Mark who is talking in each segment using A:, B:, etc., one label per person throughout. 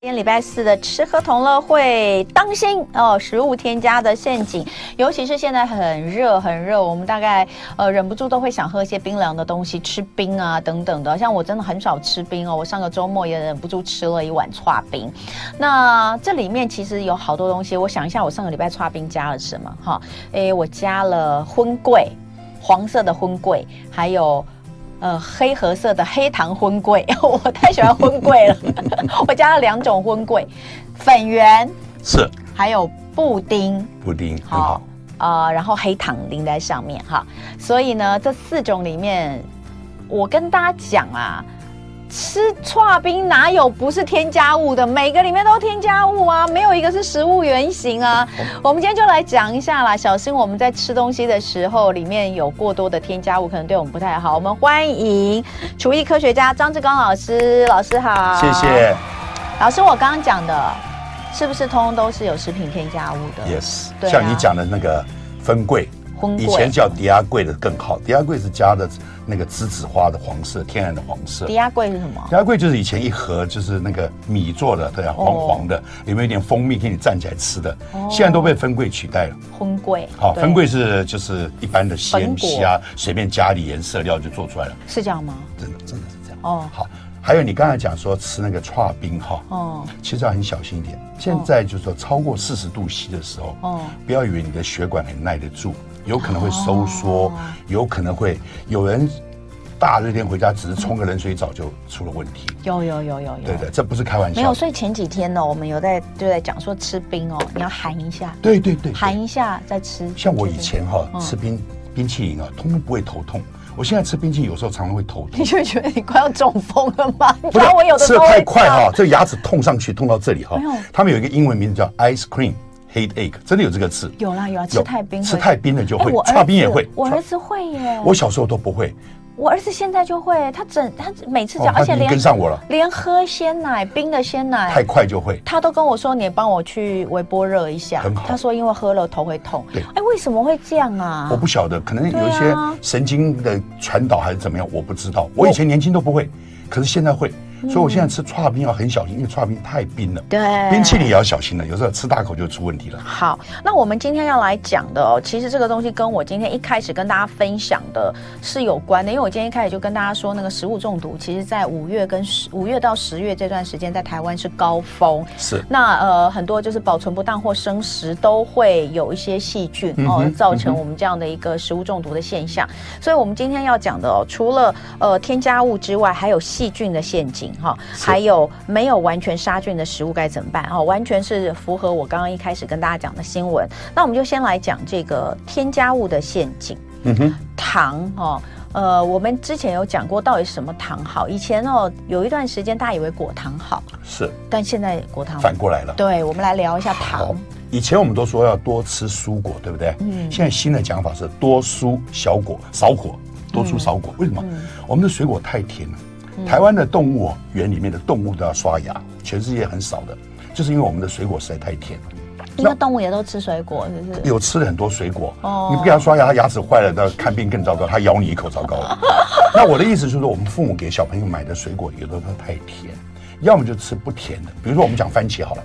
A: 今天礼拜四的吃喝同乐会，当心哦，食物添加的陷阱，尤其是现在很热很热，我们大概呃忍不住都会想喝一些冰凉的东西，吃冰啊等等的。像我真的很少吃冰哦，我上个周末也忍不住吃了一碗刨冰。那这里面其实有好多东西，我想一下，我上个礼拜刨冰加了什么哈？诶，我加了荤桂，黄色的荤桂，还有。呃，黑褐色的黑糖荤桂， 我太喜欢荤桂了， 我加了两种荤桂，粉圆
B: 是
A: 还有布丁，
B: 布丁很好。
A: 啊、呃，然后黑糖淋在上面哈。所以呢，这四种里面，我跟大家讲啊，吃串冰哪有不是添加物的？每个里面都添加物啊，没有一个是食物原型啊。
B: 哦
A: 我们今天就来讲一下啦，小心我们在吃东西的时候，里面有过多的添加物，可能对我们不太好。我们欢迎厨艺科学家张志刚老师，老师好，
B: 谢谢。
A: 啊老师，我刚刚讲的，是不是通通都是有食品添加物的
B: Yes，、
A: 对啊
B: 像你讲的那个分桂，
A: 荤桂
B: 以前叫迪亚桂的更好。迪亚桂是加的那个栀子花的黄色，天然的黄色。
A: 低
B: 迪
A: 压柜是什么？
B: 亚桂就是以前一盒就是那个米做的，对啊，黄黄
A: 哦
B: 的，里面有点蜂蜜，给你蘸起来吃的。现在都被分桂取代了。
A: 荤桂。哦
B: 好，
A: 对
B: 分桂是就是一般的
A: 粉
B: 鲜
A: 果
B: 虾，随便加一点颜色料就做出来了，
A: 是这样吗？
B: 真的真的是这样。
A: 哦
B: 好，还有你刚才讲说吃那个串冰哈，
A: 哦
B: 其实要很小心一点。现在就是说超过四十度 C 的时候，
A: 哦
B: 不要以为你的血管很耐得住，有可能会收缩，
A: 哦
B: 有可能会有人大热天回家只是冲个冷水澡就出了问题。
A: 有有有有有。
B: 对的，这不是开玩
A: 没有，
B: 笑。
A: 所以前几天呢，我们有在就在讲说吃冰哦，你要含一下，
B: 对对对，
A: 含一下再吃。
B: 嗯像我以前哈、
A: 嗯
B: 吃冰冰淇淋啊，通通不会头痛。我现在吃冰淇淋有时候常常会头
A: 你
B: 痛。
A: 就觉得你快要中风了吗？你知
B: 不是啊
A: 道我有的
B: 吃
A: 时
B: 的
A: 候
B: 太
A: 会
B: 快
A: 这样
B: 哈、这个牙齿痛上去，痛到这里哈、
A: 没有
B: 他们有一个英文名字叫 ice cream headache，真的有这个字。
A: 有啦有啦，吃
B: 有
A: 太冰会，
B: 吃太冰了就
A: 哎
B: 会
A: 我，儿
B: 差冰也会
A: 子。哦我
B: 差
A: 儿子会耶，
B: 我
A: 我
B: 小时候都不会，
A: 我儿子现在就会，他整他每次
B: 哦
A: 讲，
B: 他
A: 啊而且
B: 已经
A: 连哎
B: 跟上我了，
A: 连喝鲜奶冰的鲜奶
B: 太，快就会。
A: 他都跟我说你帮我去微波热一下
B: 很，好
A: 他说因为喝了头会痛
B: 对，
A: 哎，为什么会这样啊？
B: 我不晓得，可能有一
A: 对
B: 些
A: 啊
B: 神经的传导还是怎么样，我不知道。我以前年轻都不会，可是现在会，
A: 嗯
B: 所以我现在吃刨冰要很小心，因为刨冰太冰了。
A: 对
B: 冰淇淋也要小心了，有时候吃大口就出问题了。
A: 好，那我们今天要来讲的哦，其实这个东西跟我今天一开始跟大家分享的是有关的，因为我今天一开始就跟大家说，那个食物中毒，其实在五月跟十五月到十月这段时间，在台湾是高峰。
B: 是
A: 那呃，很多就是保存不当或生食都会有一些细菌哦、
B: 嗯哼
A: 造成我们这样的一个食物中毒的现象。所以，我们今天要讲的哦，除了呃添加物之外，还有细菌的陷阱哈、
B: 是
A: 还有没有完全杀菌的食物该怎么办哦？完全是符合我刚刚一开始跟大家讲的新闻。那我们就先来讲这个添加物的陷阱。
B: 嗯哼，
A: 糖哦。呃，我们之前有讲过到底什么糖好。以前哦，有一段时间大家以为果糖好，
B: 是
A: 但现在果糖
B: 反过来了。
A: 对，我们来聊一下糖
B: 好。，以前我们都说要多吃蔬果，对不对？
A: 嗯
B: 现在新的讲法是多蔬小果，少果，多蔬少果。为什么？我们的水果太甜了。台湾的动物哦园里面的动物都要刷牙，全世界很少的，就是因为我们的水果实在太甜了。
A: 因为动物也都吃水果，就是
B: 有吃了很多水果，
A: 哦
B: 你不给它刷牙，它牙齿坏了，那看病更糟糕，它咬你一口糟糕了。那我的意思就是说，我们父母给小朋友买的水果，有的都太甜，要么就吃不甜的，比如说我们讲番茄好了。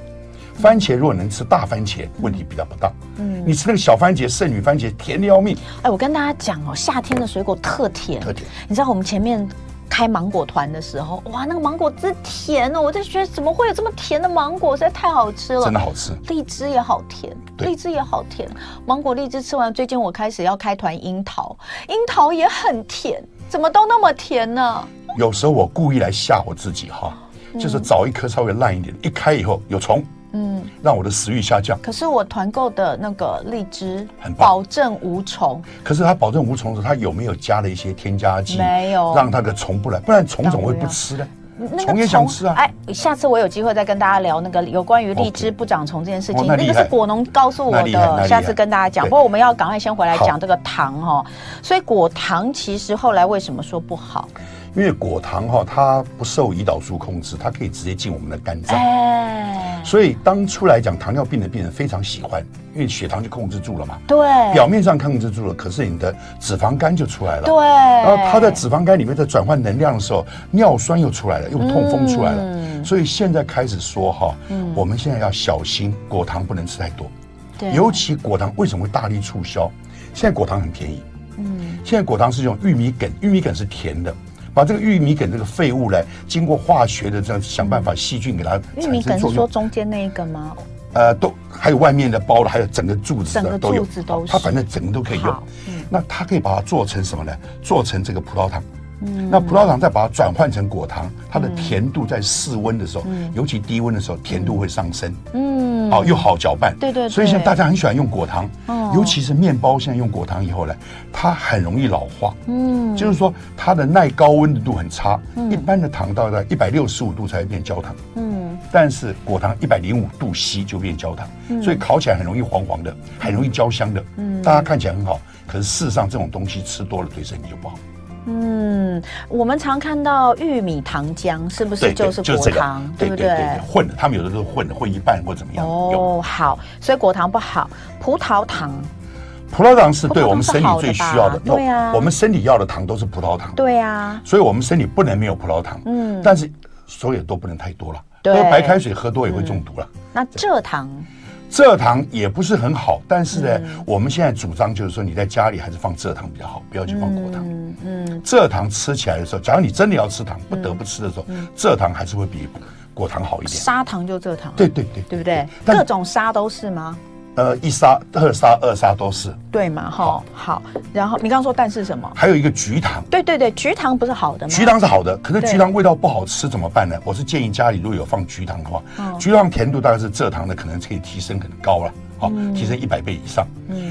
B: 番茄如果能吃大番茄，问题比较不大。嗯，你吃那个小番茄、剩女番茄，甜的要命。
A: 哎，我跟大家讲哦，夏天的水果特甜，
B: 特甜。
A: 你知道我们前面开芒果团的时候，哇，那个芒果之甜哦，我在觉得怎么会有这么甜的芒果，实在太好吃了。
B: 真的好吃。
A: 荔枝也好甜，
B: 对
A: 荔枝也好甜，芒果、荔枝吃完，最近我开始要开团樱桃，樱桃也很甜，怎么都那么甜呢？
B: 有时候我故意来吓我自己哈，就是找一颗稍微烂一点，一开以后有虫，
A: 嗯，
B: 让我的食欲下降。
A: 可是我团购的那个荔枝
B: 很棒
A: 保证无虫，
B: 可是它保证无虫的时候，它有没有加了一些添加剂？
A: 没有
B: 让它的虫不来，不然虫怎么会
A: 当然
B: 不吃呢？
A: 那
B: 虫也想吃啊。
A: 哎，下次我有机会再跟大家聊那个有关于荔枝不长虫这件事情。
B: 哦那厉害
A: 个是果农告诉我
B: 那厉害那厉
A: 的，
B: 害
A: 下次跟大家讲。
B: 对
A: 不过我们要赶快先回来
B: 好
A: 讲这个糖哦。所以果糖其实后来为什么说不好？
B: 因为果糖哈、它不受胰岛素控制，它可以直接进我们的肝脏。
A: 哎，
B: 所以当初来讲，糖尿病的病人非常喜欢，因为血糖就控制住了嘛，
A: 对，
B: 表面上控制住了，可是你的脂肪肝就出来了。
A: 对，
B: 然后
A: 然
B: 它在脂肪肝里面在转换能量的时候，尿酸又出来了，又痛风出来了。
A: 嗯
B: 所以现在开始说哈，我们现在要小心果糖不能吃太多，
A: 对
B: 尤其果糖为什么会大力促销？现在果糖很便宜，
A: 嗯，
B: 现在果糖是用玉米梗，玉米梗是甜的。把这个玉米梗这个废物来，经过化学的这样想办法细菌给它
A: 玉
B: 产
A: 米梗是
B: 生作
A: 说
B: 用，
A: 中间那一个吗？
B: 呃，都还有外面的包了，还有整个柱子
A: 整
B: 的
A: 个
B: 都有
A: 柱子都，是
B: 它反正整个都可以用
A: 好。嗯
B: 那它可以把它做成什么呢？做成这个葡萄糖。
A: 嗯
B: 那葡萄糖再把它转换成果糖，它的甜度在室温的时候，尤其低温的时候，甜度会上升，
A: 嗯，
B: 哦，又好搅拌。
A: 对对对
B: 所以现在大家很喜欢用果糖
A: 哦，
B: 尤其是面包，现在用果糖以后呢，它很容易老化。
A: 嗯，
B: 就是说它的耐高温的度很差，一般的糖到了一百六十五度才会变焦糖，
A: 嗯，
B: 但是果糖一百零五度 C 就变焦糖，所以烤起来很容易黄黄的，很容易焦香的，大家看起来很好，可是事实上这种东西吃多了对身体就不好。
A: 嗯，我们常看到玉米糖浆，是不是就是
B: 就
A: 果
B: 这个
A: 糖，
B: 对
A: 不
B: 对对，混的，他们有的都是混的，混一半或怎么样。有
A: 哦，好，所以果糖不好，葡萄糖，
B: 葡萄糖是对
A: 葡萄糖
B: 我们身体最需要
A: 是好的
B: 的
A: 吧，对啊
B: 我们身体要的糖都是葡萄糖，
A: 对啊，
B: 所以我们身体不能没有葡萄糖，
A: 嗯，
B: 但是所有都不能太多了，
A: 对嗯
B: 喝白开水喝多也会中毒了。
A: 那蔗糖，
B: 蔗糖也不是很好，但是呢，
A: 嗯
B: 我们现在主张就是说，你在家里还是放蔗糖比较好，不要去放果糖。
A: 嗯嗯，
B: 蔗糖吃起来的时候，假如你真的要吃糖，不得不吃的时候，
A: 嗯
B: 蔗糖还是会比果糖好一点。
A: 砂糖就蔗糖，
B: 对对对，
A: 对不对？各
B: 但
A: 种砂都是吗？
B: 呃，一砂、二砂、二砂都是，
A: 对嘛，哈，好。然后你刚刚说但是什么？
B: 还有一个菊糖。
A: 对对对，菊糖不是好的吗？
B: 菊糖是好的，可是
A: 对
B: 菊糖味道不好吃怎么办呢？我是建议家里如果有放菊糖的话，
A: 嗯
B: 菊糖甜度大概是蔗糖的，可能可以提升很高了，好、
A: 嗯
B: 提升一百倍以上。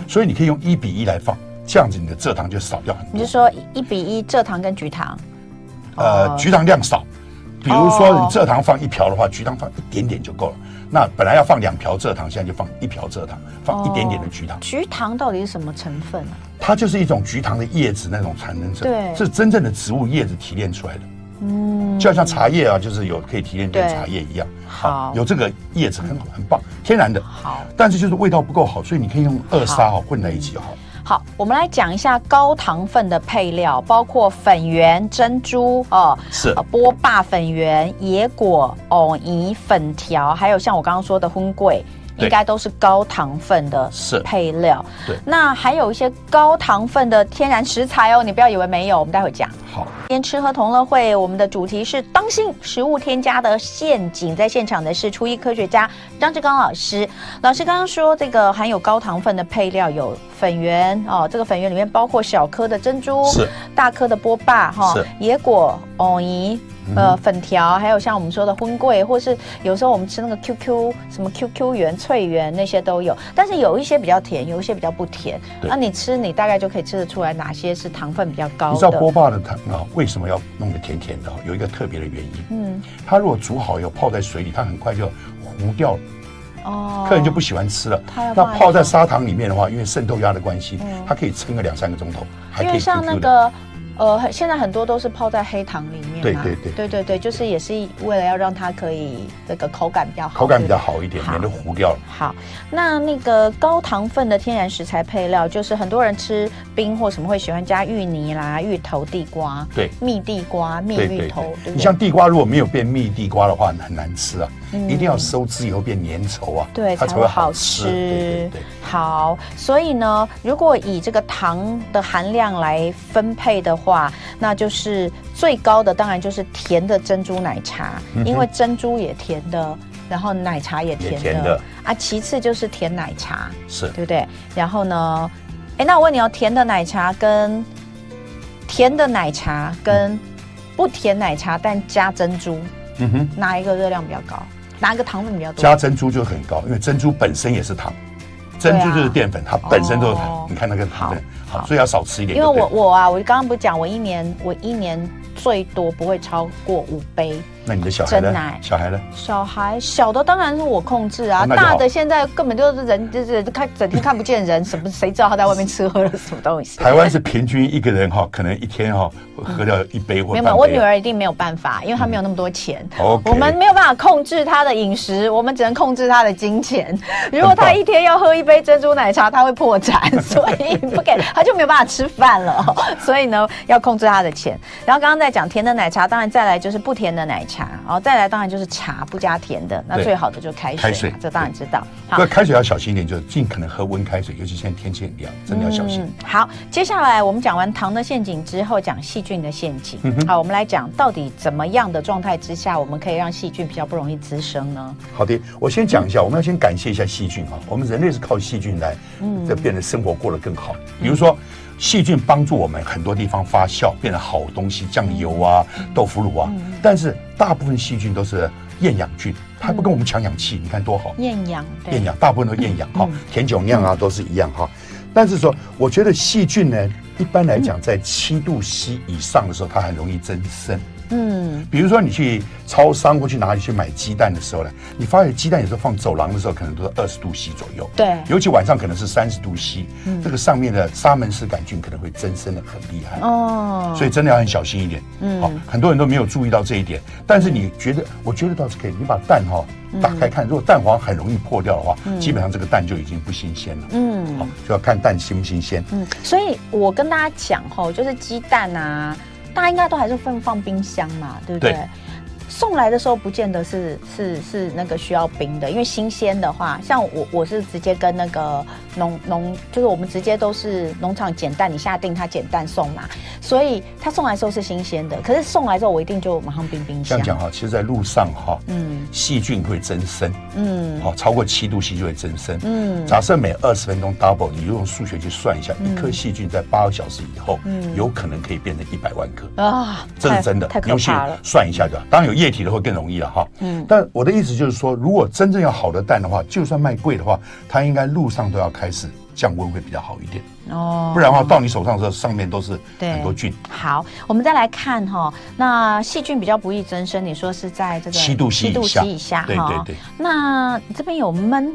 B: 所以你可以用一比一来放，这样子你的蔗糖就少掉很多。
A: 你是说一比一蔗糖跟菊糖？
B: 呃
A: 哦，
B: 菊糖量少。比如说
A: 哦
B: 你蔗糖放一瓢的话，菊糖放一点点就够了。那本来要放两瓢蔗糖，现在就放一瓢蔗糖，放一点点
A: 哦
B: 的菊糖。
A: 菊糖到底是什么成分啊？
B: 它就是一种菊糖的叶子那种产生者，
A: 对
B: 是真正的植物叶子提炼出来的。嗯，就好像茶叶啊，就是有可以提炼成
A: 对
B: 茶叶一样。
A: 好
B: 有这个叶子很好，很棒，天然的。
A: 好
B: 但是就是味道不够好，所以你可以用二砂哦混在一起好。
A: 好，我们来讲一下高糖分的配料，包括粉圆、珍珠哦，
B: 是
A: 呃波霸粉圆、野果、藕泥、粉条，还有像我刚刚说的荤桂。
B: 对
A: 应该都是高糖分的
B: 是
A: 配料，
B: 对
A: 那还有一些高糖分的天然食材哦，你不要以为没有，我们待会讲。
B: 好，
A: 今天吃喝同乐会，我们的主题是当心食物添加的陷阱。在现场的是初一科学家张志刚老师。老师刚刚说，这个含有高糖分的配料有粉圆哦，这个粉圆里面包括小颗的珍珠，
B: 是
A: 大颗的波霸哈、
B: 是
A: 野果、藕泥。呃，粉条，还有像我们说的荤桂，或是有时候我们吃那个 QQ 什么 QQ 圆、脆圆那些都有，但是有一些比较甜，有一些比较不甜。
B: 对
A: 那、你吃，你大概就可以吃得出来哪些是糖分比较高的。
B: 你知道波霸的糖啊为什么要弄得甜甜的哦？有一个特别的原因，
A: 嗯
B: 它如果煮好以后泡在水里，它很快就糊掉了。
A: 哦，
B: 客人就不喜欢吃了。
A: 他要
B: 那
A: 放
B: 泡在
A: 一下
B: 砂糖里面的话，因为渗透压的关系
A: 嗯，
B: 它可以撑个两三个钟头，还
A: 因
B: 可
A: 为
B: 以 QQ
A: 像那
B: 的。
A: 个呃，很现在很多都是泡在黑糖里面嘛，
B: 对对对
A: 对对对就是也是为了要让它可以这个口感比较好，
B: 口感比较
A: 对不对。
B: 好一点，
A: 好
B: 免得糊掉了。
A: 好，那那个高糖分的天然食材配料，就是很多人吃冰或什么会喜欢加芋泥啦、芋头、地瓜、
B: 对
A: 蜜地瓜、蜜
B: 对
A: 芋
B: 对
A: 头，对
B: 对，
A: 不
B: 你
A: 对
B: 像地瓜如果没有变蜜地瓜的话，很难吃啊，一定要收汁以后变粘稠啊，
A: 嗯对，
B: 它
A: 才
B: 才
A: 会
B: 会
A: 好
B: 好吃。
A: 吃。
B: 对对对，
A: 好，所以呢，如果以这个糖的含量来分配的话，那就是最高的当然就是甜的珍珠奶茶，因为珍珠也甜的，然后奶茶也甜的
B: 嗯也甜的
A: 啊。其次就是甜奶茶，
B: 是
A: 对不对？然后呢，哎，那我问你哦，甜的奶茶跟甜的奶茶跟不甜奶茶但加珍珠，
B: 嗯哼，
A: 哪一个热量比较高？哪一个糖分比较多？
B: 加珍珠就很高，因为珍珠本身也是糖。珍珠就是淀粉，它本身都是
A: 哦
B: 糖。你看那个糖分，
A: 好
B: 好，所以要少吃一点
A: 因为
B: 就对
A: 我
B: 了。
A: 我啊，我刚刚不是讲，我一年我一年最多不会超过五杯，
B: 那你的小孩
A: 真
B: 呢
A: 奶？
B: 小孩呢？
A: 小孩小的当然是我控制啊，
B: 哦那就好
A: 大的现在根本就是人就是看整天看不见人，什么谁知道他在外面吃喝了什么东西？
B: 台湾是平均一个人哈， 可能一天哈喝掉一杯或
A: 没有，
B: 半杯。嗯
A: 没有，我女儿一定没有办法，因为她没有那么多钱。
B: OK
A: 我们没有办法控制她的饮食，我们只能控制她的金钱。如果
B: 很棒
A: 她一天要喝一杯珍珠奶茶，她会破产， 所以不给她就没有办法吃饭了。 所以呢，要控制她的钱。然后刚刚在讲甜的奶茶，当然再来就是不甜的奶茶，然后再来当然就是茶不加甜的，那
B: 对
A: 最好的就是开水嘛，
B: 开水
A: 这当然知道。
B: 那开水要小心一点，就是尽可能喝温开水，尤其现在天气很凉，真的要小心。
A: 嗯。好，接下来我们讲完糖的陷阱之后，讲细菌的陷阱。
B: 嗯
A: 好，我们来讲到底怎么样的状态之下，我们可以让细菌比较不容易滋生呢？
B: 好的，我先讲一下，我们要先感谢一下细菌啊。我们人类是靠细菌来，这变得生活过得更好。比如说，细菌帮助我们很多地方发酵，变得好东西，酱油啊、豆腐乳啊。但是大部分细菌都是厌氧菌，它不跟我们抢氧气，你看多好。
A: 厌氧，
B: 厌，氧，大部分都厌氧哈，甜酒酿啊都是一样哈。但是说，我觉得细菌呢，一般来讲在七度 C 以上的时候，它很容易增生。
A: 嗯，
B: 比如说你去超商或去哪里去买鸡蛋的时候呢，你发现鸡蛋有时候放走廊的时候，可能都是二十度 C 左右。
A: 对
B: 尤其晚上可能是三十度 C，、这
A: 嗯
B: 个上面的沙门氏杆菌可能会增生的很厉害。
A: 哦，
B: 所以真的要很小心一点，
A: 嗯
B: 好、很多人都没有注意到这一点。但是你觉得，我觉得倒是可以，你把蛋哈、
A: 嗯
B: 打开看，如果蛋黄很容易破掉的话，基本上这个蛋就已经不新鲜了，
A: 嗯
B: 好、就要看蛋新不新鲜。
A: 嗯，所以我跟大家讲吼，就是鸡蛋啊，大家应该都还是会放冰箱嘛，对不对？
B: 对
A: 送来的时候不见得是是是那个需要冰的，因为新鲜的话，像我我是直接跟那个农农，就是我们直接都是农场捡蛋，你下定他捡蛋送嘛，所以他送来的时候是新鲜的，可是送来之后我一定就马上冰冰
B: 这
A: 箱
B: 样。讲哈，哦其实，在路上哈、
A: 嗯
B: 细菌会增生，
A: 嗯
B: 好、哦超过七度 C 就会增生。
A: 嗯
B: 假设每二十分钟 double，你用数学去算一下，一颗细菌在八个小时以后，有可能可以变成一百万颗。
A: 啊，
B: 这
A: 太
B: 是真的，
A: 嗯太
B: 尤
A: 可
B: 其
A: 怕了。
B: 算一下就好。当然有液体的会更容易了啊哈。
A: 嗯
B: 但我的意思就是说，如果真正要好的蛋的话，就算卖贵的话，它应该路上都要开始降温会比较好一点，
A: 哦
B: 不然的话到你手上的时候，上面都是
A: 对
B: 很多菌。
A: 好，我们再来看哈、那细菌比较不易增生，你说是在这个
B: 七度 C
A: 七度
B: 以下
A: C 以下
B: 对
A: 哈
B: 对对
A: 那这边有闷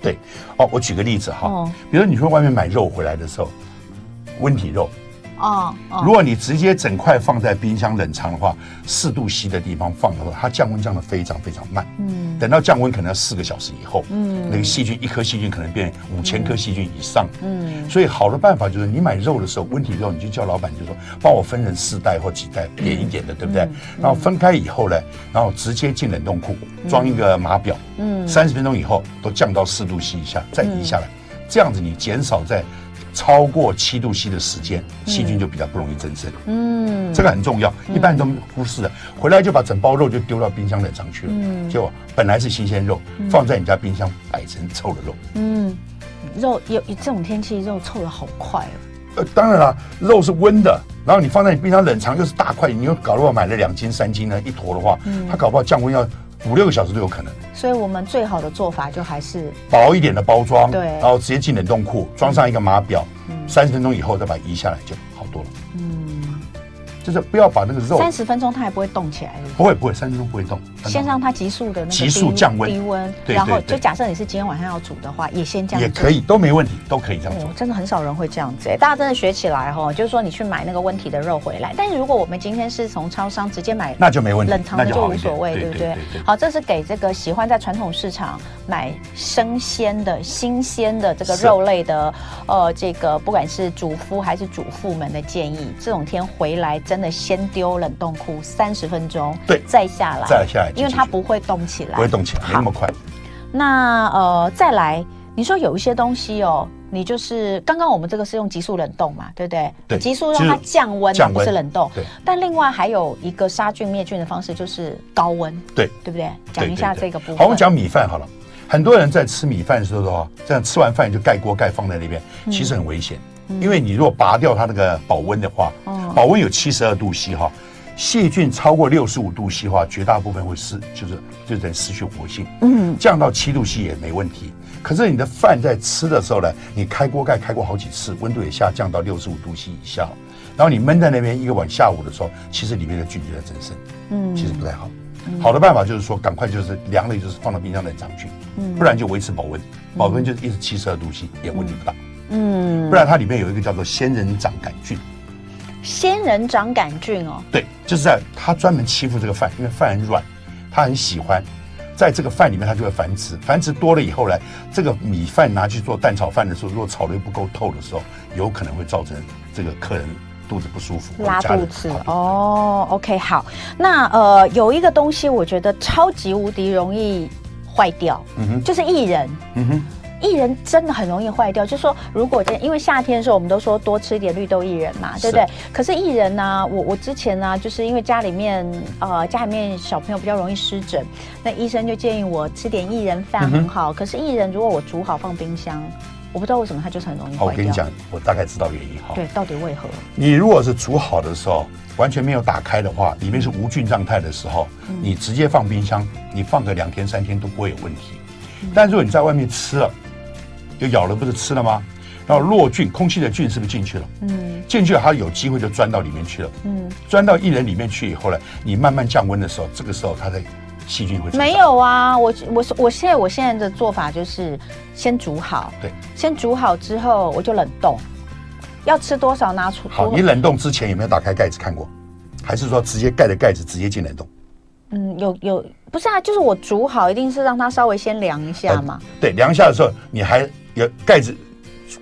B: 对，哦，我举个例子哈
A: 哦，
B: 比如你去外面买肉回来的时候，温体肉，
A: 哦哦
B: 如果你直接整块放在冰箱冷藏的话，四度 C 的地方放的话，它降温降得非常非常慢。
A: 嗯
B: 等到降温可能要四个小时以后，
A: 嗯
B: 那个细菌一颗细菌可能变五千颗细菌以上。
A: 嗯
B: 所以好的办法就是，你买肉的时候，温体肉你就叫老板就说，帮我分成四袋或几袋，点一点的，对不对？
A: 嗯
B: 然后分开以后呢，然后直接进冷冻库装一个码表，
A: 嗯
B: 三十分钟以后都降到四度 C 以下，再移下来，
A: 嗯
B: 这样子你减少在超过七度 C 的时间，细菌就比较不容易增生。
A: 嗯
B: 这个很重要，一般人都忽视了。回来就把整包肉就丢到冰箱冷藏去了，
A: 嗯
B: 结果本来是新鲜肉，放在你家冰箱摆成臭的肉。
A: 嗯，肉有这种天气肉臭的好快哦，
B: 呃，当然啦，肉是温的，然后你放在你冰箱冷藏又是大块，你又搞不好买了两斤三斤呢，一坨的话，
A: 嗯
B: 它搞不好降温要五六个小时都有可能。
A: 所以我们最好的做法就还是
B: 薄一点的包装，
A: 对
B: 然后直接进冷冻库，装上一个码表，三十分钟以后再把它移下来就好多了。
A: 嗯
B: 就是不要把那个肉
A: 三十分钟它还不会冻起来，是不是
B: 不会不会，三十分钟不会动，
A: 先让它急速的那个
B: 急速
A: 低
B: 降温
A: 低温，
B: 对
A: 然后
B: 对对
A: 就假设你是今天晚上要煮的话，也先这样
B: 也
A: 做
B: 可以，都没问题，都可以这样做
A: 哦。，真的很少人会这样子哎，大家真的学起来哦，就是说你去买那个温体的肉回来，但是如果我们今天是从超商直接买
B: 那就没问题，
A: 冷藏
B: 那
A: 的就
B: 好
A: 无
B: 一点
A: 所谓，对不对？
B: 对
A: 好，这是给这个喜欢在传统市场买生鲜的、新鲜的这个
B: 是
A: 肉类的，呃，这个不管是主夫还是主妇们的建议。这种天回来真的先丢冷冻库三十分钟，
B: 对
A: 再下来，
B: 再下来
A: 因为它
B: 继续
A: 不会冻起来，
B: 不会动起来，没那么快。
A: 那呃，再来，你说有一些东西哦，你就是刚刚我们这个是用急速冷冻嘛，对不对？
B: 对
A: 急速让它
B: 就是
A: 降温，
B: 降温
A: 不是冷冻。
B: 对
A: 但另外还有一个杀菌灭菌的方式，就是高温，
B: 对，
A: 对不对？讲一下这个部分。
B: 好，我们讲米饭好了。很多人在吃米饭的时候的话，这样吃完饭就盖锅盖放在那边，
A: 嗯
B: 其实很危险，因为你如果拔掉它那个保温的话，
A: 哦
B: 保温有七十二度 C 哈，细菌超过六十五度 C 的话，绝大部分会失，就是就等于失去活性。
A: 嗯
B: 降到七度 C 也没问题。可是你的饭在吃的时候呢，你开锅盖开过好几次，温度也下降到六十五度 C 以下，然后你闷在那边一个晚下午的时候，其实里面的菌就在增生，
A: 嗯
B: 其实不太好。好的办法就是说，赶快就是凉了，就是放到冰箱冷藏去，
A: 嗯
B: 不然就维持保温，保温就一直七十二度 C，也问题不大。
A: 嗯，
B: 不然它里面有一个叫做仙人掌杆菌，
A: 仙人掌杆菌哦，
B: 对，就是在它专门欺负这个饭，因为饭很软，它很喜欢，在这个饭里面它就会繁殖，繁殖多了以后呢，这个米饭拿去做蛋炒饭的时候，如果炒的不够透的时候，有可能会造成这个客人肚子不舒服，
A: 拉
B: 或者家
A: 肚
B: 人
A: 子
B: 不好
A: 哦。OK，好，那呃有一个东西我觉得超级无敌容易坏掉，
B: 嗯哼，
A: 就是薏仁。
B: 嗯哼，
A: 薏仁真的很容易坏掉，就是说，如果真因为夏天的时候，我们都说多吃一点绿豆薏仁嘛，对不对？可是薏仁呢、我我之前呢、就是因为家里面呃家里面小朋友比较容易湿疹，那医生就建议我吃点薏仁饭很
B: 嗯
A: 好。可是薏仁如果我煮好放冰箱，我不知道为什么它就是很容易
B: 好，哦我
A: 坏
B: 跟你
A: 掉。
B: 讲，我大概知道原因哈。
A: 对，到底为何？
B: 你如果是煮好的时候完全没有打开的话，里面是无菌状态的时候，
A: 嗯
B: 你直接放冰箱，你放个两天三天都不会有问题。但如果你在外面吃了，就咬了不是吃了吗？然后落菌，空气的菌是不是进去了？
A: 嗯
B: 进去了，它有机会就钻到里面去了。
A: 嗯，
B: 钻到薏仁里面去以后呢，你慢慢降温的时候，这个时候它的细菌会增长
A: 没有啊，我我我现在我现在的做法就是先煮好，
B: 对，
A: 先煮好之后我就冷冻，要吃多少拿出
B: 好。
A: 多
B: 你冷冻之前有没有打开盖子看过？还是说直接盖着盖子直接进冷冻？
A: 嗯，有有，不是啊，就是我煮好，一定是让它稍微先凉一下嘛，
B: 呃对，量一下的时候你还有盖子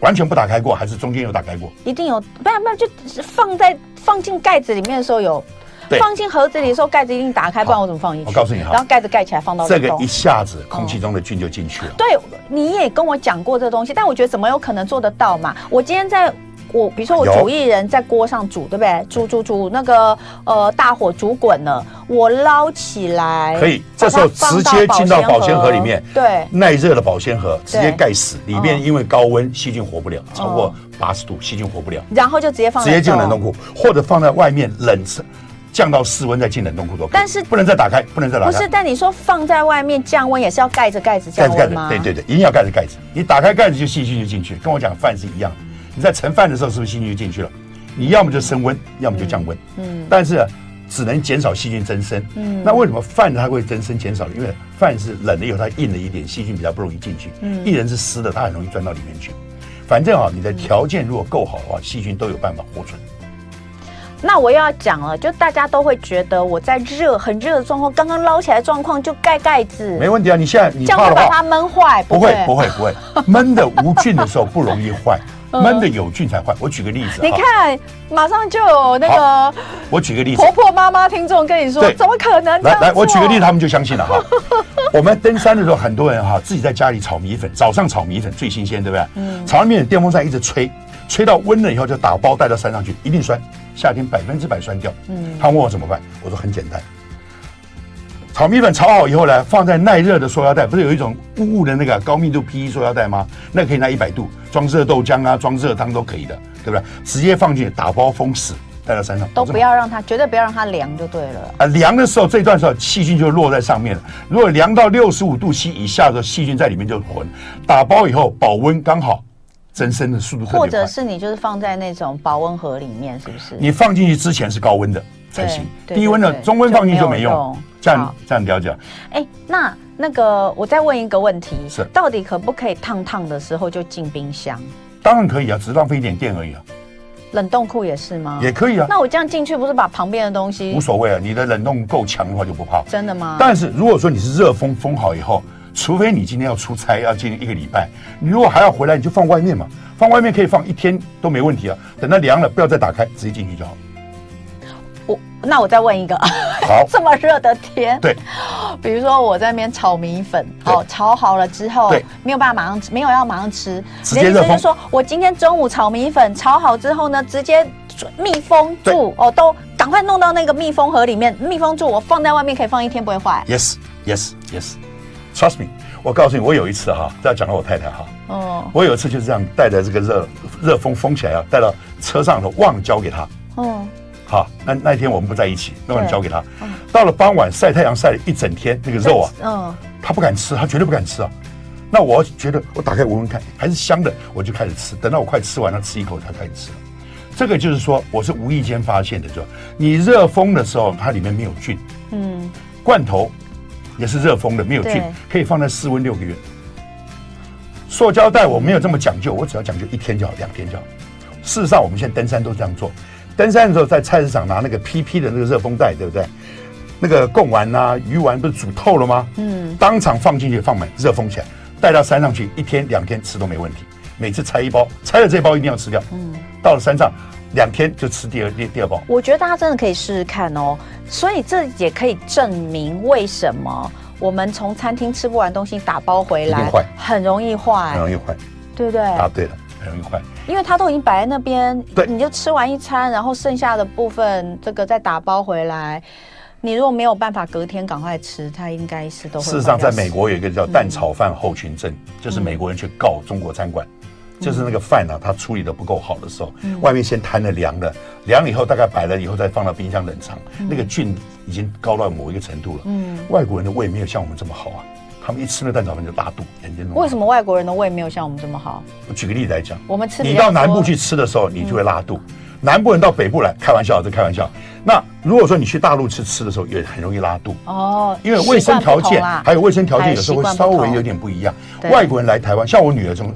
B: 完全不打开过，还是中间有打开过？
A: 一定有，不然不然就放在放进盖子里面的时候有，
B: 对
A: 放进盒子里的时候盖子一定打开，不然我怎么放进去？
B: 我告诉你哈
A: 然后盖子盖起来放到
B: 这
A: 冷
B: 个
A: 冻
B: 一。下子空气中的菌就进去了。
A: 对，你也跟我讲过这东西，但我觉得怎么有可能做得到嘛？我今天在。我比如说我
B: 有
A: 煮薏仁在锅上煮，对不对？煮煮煮，那个呃大火煮滚了，我捞起来，
B: 可以
A: 把它
B: 这时候
A: 放
B: 直接进到保鲜盒里面
A: 对，
B: 耐热的保鲜盒直
A: 对
B: 接盖死，里
A: 嗯
B: 面因为高温细菌活不了，超过八十度细菌活不了，
A: 然后就直接放
B: 直接进冷
A: 冷
B: 冻
A: 冻。
B: 库，或者放在外面冷降到室温再进冷冻库都可以。
A: 但是
B: 不能再打开，不能再打
A: 不
B: 开
A: 是，，但你说放在外面降温也是要盖着盖子
B: 盖
A: 降
B: 子盖
A: 温
B: 子
A: 吗？，
B: 对对对，一定要盖着盖子。你打开盖子就细菌就进去，跟我讲饭是一样的。你在盛饭的时候是不是细菌就进去了？你要么就升温，要么就降温。
A: 嗯
B: 但是啊只能减少细菌增生。
A: 嗯
B: 那为什么饭它会增生减少？因为饭是冷了以后它硬了一点，细菌比较不容易进去。
A: 嗯
B: 薏仁是湿的，它很容易钻到里面去。反正啊，你的条件如果够好的话，细菌都有办法活存。
A: 嗯那我又要讲了，就大家都会觉得我在热很热的状况，刚刚捞起来的状况就盖盖子，
B: 没问题啊，你现在你
A: 这样
B: 怕
A: 会
B: 的
A: 把
B: 话
A: 它，闷坏，
B: 不会不会不会，闷的无菌的时候不容易 坏，闷的有菌才坏。我举个例子
A: 嗯你
B: 啊，
A: 看，马上就有那个
B: 我举个例子
A: 婆，婆妈妈听众跟你说，
B: 对
A: 怎么可能这
B: 来
A: 样
B: 来，我举个例子，
A: 子，
B: 他们就相信了哈。 我们登山的时候，很多人哈自己在家里炒米粉，早上炒米粉最新鲜，对不对？炒完米粉，电风扇一直吹，吹到温了以后就打包带到山上去，一定酸，夏天百分之百酸掉。他问我怎么办，我说很简单。炒米粉炒好以后呢，放在耐热的塑料袋，不是有一种雾雾的那个高密度 PE 塑料袋吗？那可以拿一百度装热豆浆啊，装热汤都可以的，对不对？直接放进去打包封死，带到山上
A: 都不要让它，绝对不要让它凉就对了。
B: 啊，凉的时候这段时候细菌就落在上面了。如果凉到六十五度 C 以下的时候，细菌在里面就混。打包以后保温刚好，增生的速度特
A: 或
B: 别快
A: 者。是你就是放在那种保温盒里面，是不是？
B: 你放进去之前是高温的才行，
A: 对对
B: 低温的
A: 对对
B: 中温放进去
A: 就
B: 就
A: 没
B: 没
A: 有
B: 用
A: 用。
B: 这样
A: 好
B: 这样了解，啊
A: 哎、那那个我再问一个问题，
B: 是
A: 到底可不可以烫烫的时候就进冰箱？
B: 当然可以啊，只是浪费一点电而已啊，
A: 冷冻库也是吗？
B: 也可以啊，
A: 那我这样进去不是把旁边的东西
B: 无？所谓啊。你的冷冻够强的话就不怕。
A: 真的吗？
B: 但是如果说你是热风封好以后，除非你今天要出差，要进一个礼拜，你如果还要回来，你就放外面嘛，放外面可以放一天都没问题啊。等它凉了，不要再打开，直接进去就好。
A: 我那我再问一个，，
B: 好
A: 这么热的天，
B: 对，
A: 比如说我在那边炒米粉，
B: 对
A: 好、炒好了之后
B: 对，
A: 没有办法马上吃，没有要马上吃，
B: 直接
A: 连医生
B: 热封
A: 就说我今天中午炒米粉，炒好之后呢，直接密封
B: 对
A: 住哦，都赶快弄到那个密封盒里面，密封住，我放在外面可以放一天不会坏。
B: Yes, yes, yes. Trust me，我告诉你，我有一次哈，这要讲到我太太哈，
A: 哦，
B: 我有一次就是这样带着这个热热风封起来啊，带到车上头忘了交给她。
A: 嗯，
B: 好，那那一天我们不在一起，那我
A: 对
B: 交给她。到了傍晚晒太阳晒了一整天，那个肉啊，
A: 嗯，
B: 她不敢吃，她绝对不敢吃啊。那我觉得我打开闻闻看，还是香的，我就开始吃。等到我快吃完了，吃一口才开始吃。这个就是说，我是无意间发现的，就你热封的时候，它里面没有菌，
A: 嗯，
B: 罐头也是热封的，没有菌
A: 对，
B: 可以放在室温六个月。塑胶袋我没有这么讲究，我只要讲究一天就好，两天就好。事实上，我们现在登山都这样做。登山的时候，在菜市场拿那个 PP 的那个热风袋，对不对？那个贡丸啊、鱼丸不是煮透了吗？嗯，当场放进去放满，热风起来，带到山上去，一天两天吃都没问题。每次拆一包，拆了这包一定要吃掉。嗯，到了山上两天就吃第二第第二包。
A: 我觉得大家真的可以试试看哦。所以这也可以证明为什么我们从餐厅吃不完东西打包回
B: 一
A: 来
B: 定坏嗯
A: 很容易坏
B: 很，容易坏，
A: 对不对？
B: 答对了，很容易坏。
A: 因为它都已经摆在那边，
B: 对
A: 你就吃完一餐，然后剩下的部分这个再打包回来。你如果没有办法隔天赶快吃，它应该是都会坏
B: 事
A: 掉。嗯
B: 实上，在美国有一个叫蛋炒饭后群症，就是美国人去告中国餐馆，
A: 嗯
B: 就是那个饭啊，它处理的不够好的时候，外面先摊了凉了，凉了以后大概摆了以后再放到冰箱冷藏，
A: 嗯
B: 那个菌已经高到某一个程度了。嗯，外国人的胃没有像我们这么好啊，他们一吃那蛋炒饭就拉肚，眼睛
A: 为什
B: 么？
A: 么外国人的胃没有像我们这么好？
B: 我举个例子来讲，
A: 我们吃比
B: 你
A: 较
B: 到南部
A: 多
B: 去吃的时候，你就会拉肚。南部人到北部来，开玩笑，啊这开玩笑。那如果说你去大陆吃吃的时候，也很容易拉肚。
A: 哦，
B: 因为卫生条
A: 习惯不
B: 件
A: 同啦
B: 还有卫生条件有时候
A: 还有
B: 会
A: 习惯
B: 稍
A: 不同
B: 微有点不一样。
A: 对
B: 外国人来台湾，像我女儿从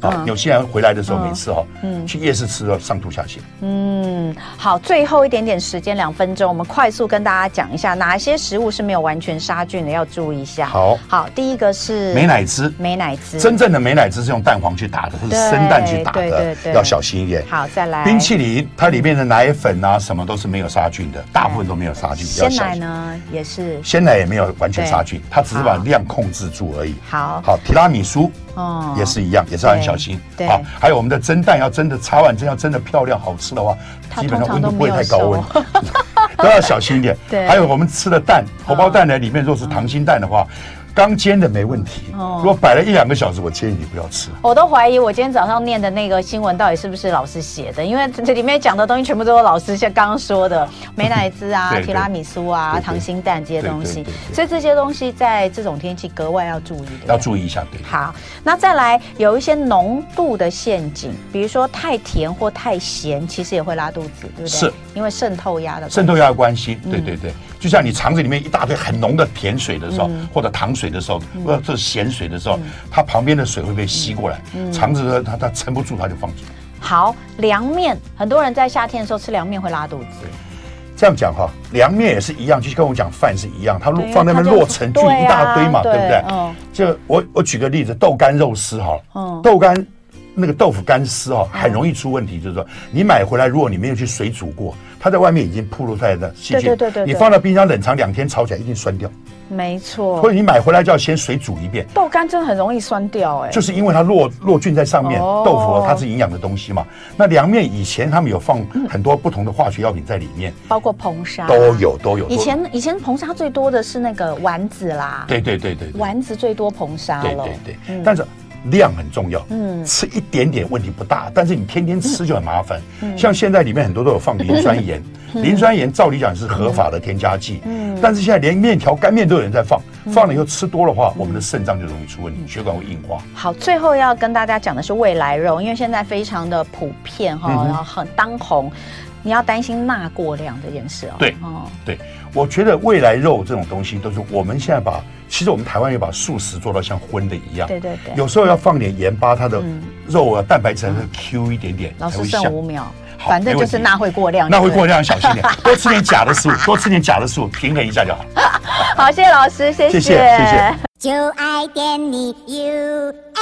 B: 啊
A: 嗯
B: 纽西兰回来的时候，
A: 嗯
B: 每次哈去夜市吃要上吐下泻。
A: 嗯，好，最后一点点时间，两分钟，我们快速跟大家讲一下哪些食物是没有完全杀菌的，要注意一下。，
B: 好，
A: 好，第一个是
B: 美乃滋，
A: 美乃滋，
B: 真正的美乃滋是用蛋黄去打的，它是生蛋去打
A: 对对
B: 的
A: 对，
B: 要小心一点。
A: 好，再来
B: 冰淇淋它里面的奶粉啊，什么都是没有杀菌的，大部分都没有杀菌，要
A: 嗯鲜
B: 小
A: 奶
B: 心。
A: 呢也是
B: 鲜奶也没有完全
A: 对
B: 杀菌，它只是
A: 好
B: 把量控制住而已。
A: 好，
B: 好，提拉米苏
A: 哦
B: 也是一样，也是要很小心。
A: 对
B: 好
A: 对，
B: 还有我们的蒸蛋要蒸的擦完蒸要蒸的漂亮好吃的话，
A: 它
B: 基本上
A: 通常
B: 温度
A: 都
B: 不会
A: 没有
B: 太高 温，都要小心一点。
A: 对嗯
B: 还有我们吃的蛋，荷包蛋呢，里面如果是溏心蛋的话，刚煎的没问题。
A: 哦
B: 如果摆了一两个小时，我建议你不要吃。
A: 我都怀疑我今天早上念的那个新闻到底是不是老师写的，因为这里面讲的东西全部都是老师像刚刚说 的美乃滋啊、
B: 对对
A: 提拉米苏啊、
B: 对对
A: 溏心蛋这些东
B: 对
A: 西
B: 对对，对
A: 所以这些东西在这种天气格外要注意的。
B: 要注意一下，对。
A: 好，那再来有一些浓度的陷阱，比如说太甜或太咸，其实也会拉肚子，对不对？
B: 是，
A: 因为渗透压的关系
B: 渗透压的关系，
A: 嗯
B: 对对对，就像你肠子里面一大堆很浓的甜水的时候，
A: 嗯
B: 或者糖水的时候，或者是咸水的时候，它旁边的水会被吸过来，
A: 嗯
B: 肠子呢它它撑不住，它就放出来。
A: 好，凉面，很多人在夏天的时候吃凉面会拉肚子，
B: 这样讲哈，凉面也是一样，就跟我讲饭是一样，它落
A: 对啊
B: 放那边
A: 它就
B: 落成菌
A: 对啊
B: 一大堆嘛，
A: 对
B: 对不对？
A: 嗯
B: 就我我举个例子，豆干肉丝哈，
A: 嗯
B: 豆干那个豆腐干丝哈，很容易出问题，就是说你买回来，如果你没有去水煮过，它在外面已经暴露在的细
A: 对
B: 菌，
A: 对对对对
B: 你放到冰箱冷藏两天，炒起来一定酸掉。
A: 没错
B: 或。者你买回来就要先水煮一遍，
A: 豆干真的很容易酸掉、哎，
B: 就是因为它落落菌在上面，
A: 哦
B: 豆腐哦它是营养的东西嘛。那凉面以前他们有放
A: 嗯
B: 很多不同的化学药品在里面，
A: 包括硼砂
B: 都。有都有。
A: 啊以
B: 都
A: 前以前硼砂最多的是那个丸子啦，，
B: 对对对对对
A: 丸子最多硼砂
B: 对
A: 了，
B: 对对，
A: 嗯
B: 但是量很重要，嗯，吃一点点问题不大，但是你天天吃就很麻烦。
A: 嗯
B: 像现在里面很多都有放磷酸盐，磷酸盐照理讲是合法的添加剂，嗯，但是现在连面条、干面都有人在放，
A: 嗯
B: 放了以后吃多的话，我们的肾脏就容易出问题，血管会硬化。
A: 好，最后要跟大家讲的是未来肉，因为现在非常的普遍哈、
B: 嗯哼
A: 然后很当红，你要担心钠过量这件事哦。
B: 对
A: 哦，
B: 对，我觉得未来肉这种东西都是我们现在把，其实我们台湾也把素食做到像荤的一样，
A: 对对对。
B: 有时候要放点盐巴，它的肉啊蛋白质还会 Q 一点点，
A: 老
B: 才
A: 师
B: 会
A: 剩
B: 像
A: 五秒，
B: 好
A: 反正就是
B: 没问题
A: 钠会过量，
B: 那会
A: 对不
B: 过
A: 对。
B: 量，小心点，多吃点假的食物，多吃点假的食物，平衡一下就好。
A: 好，谢谢老师，
B: 谢谢谢谢
C: 就爱点你 UFO。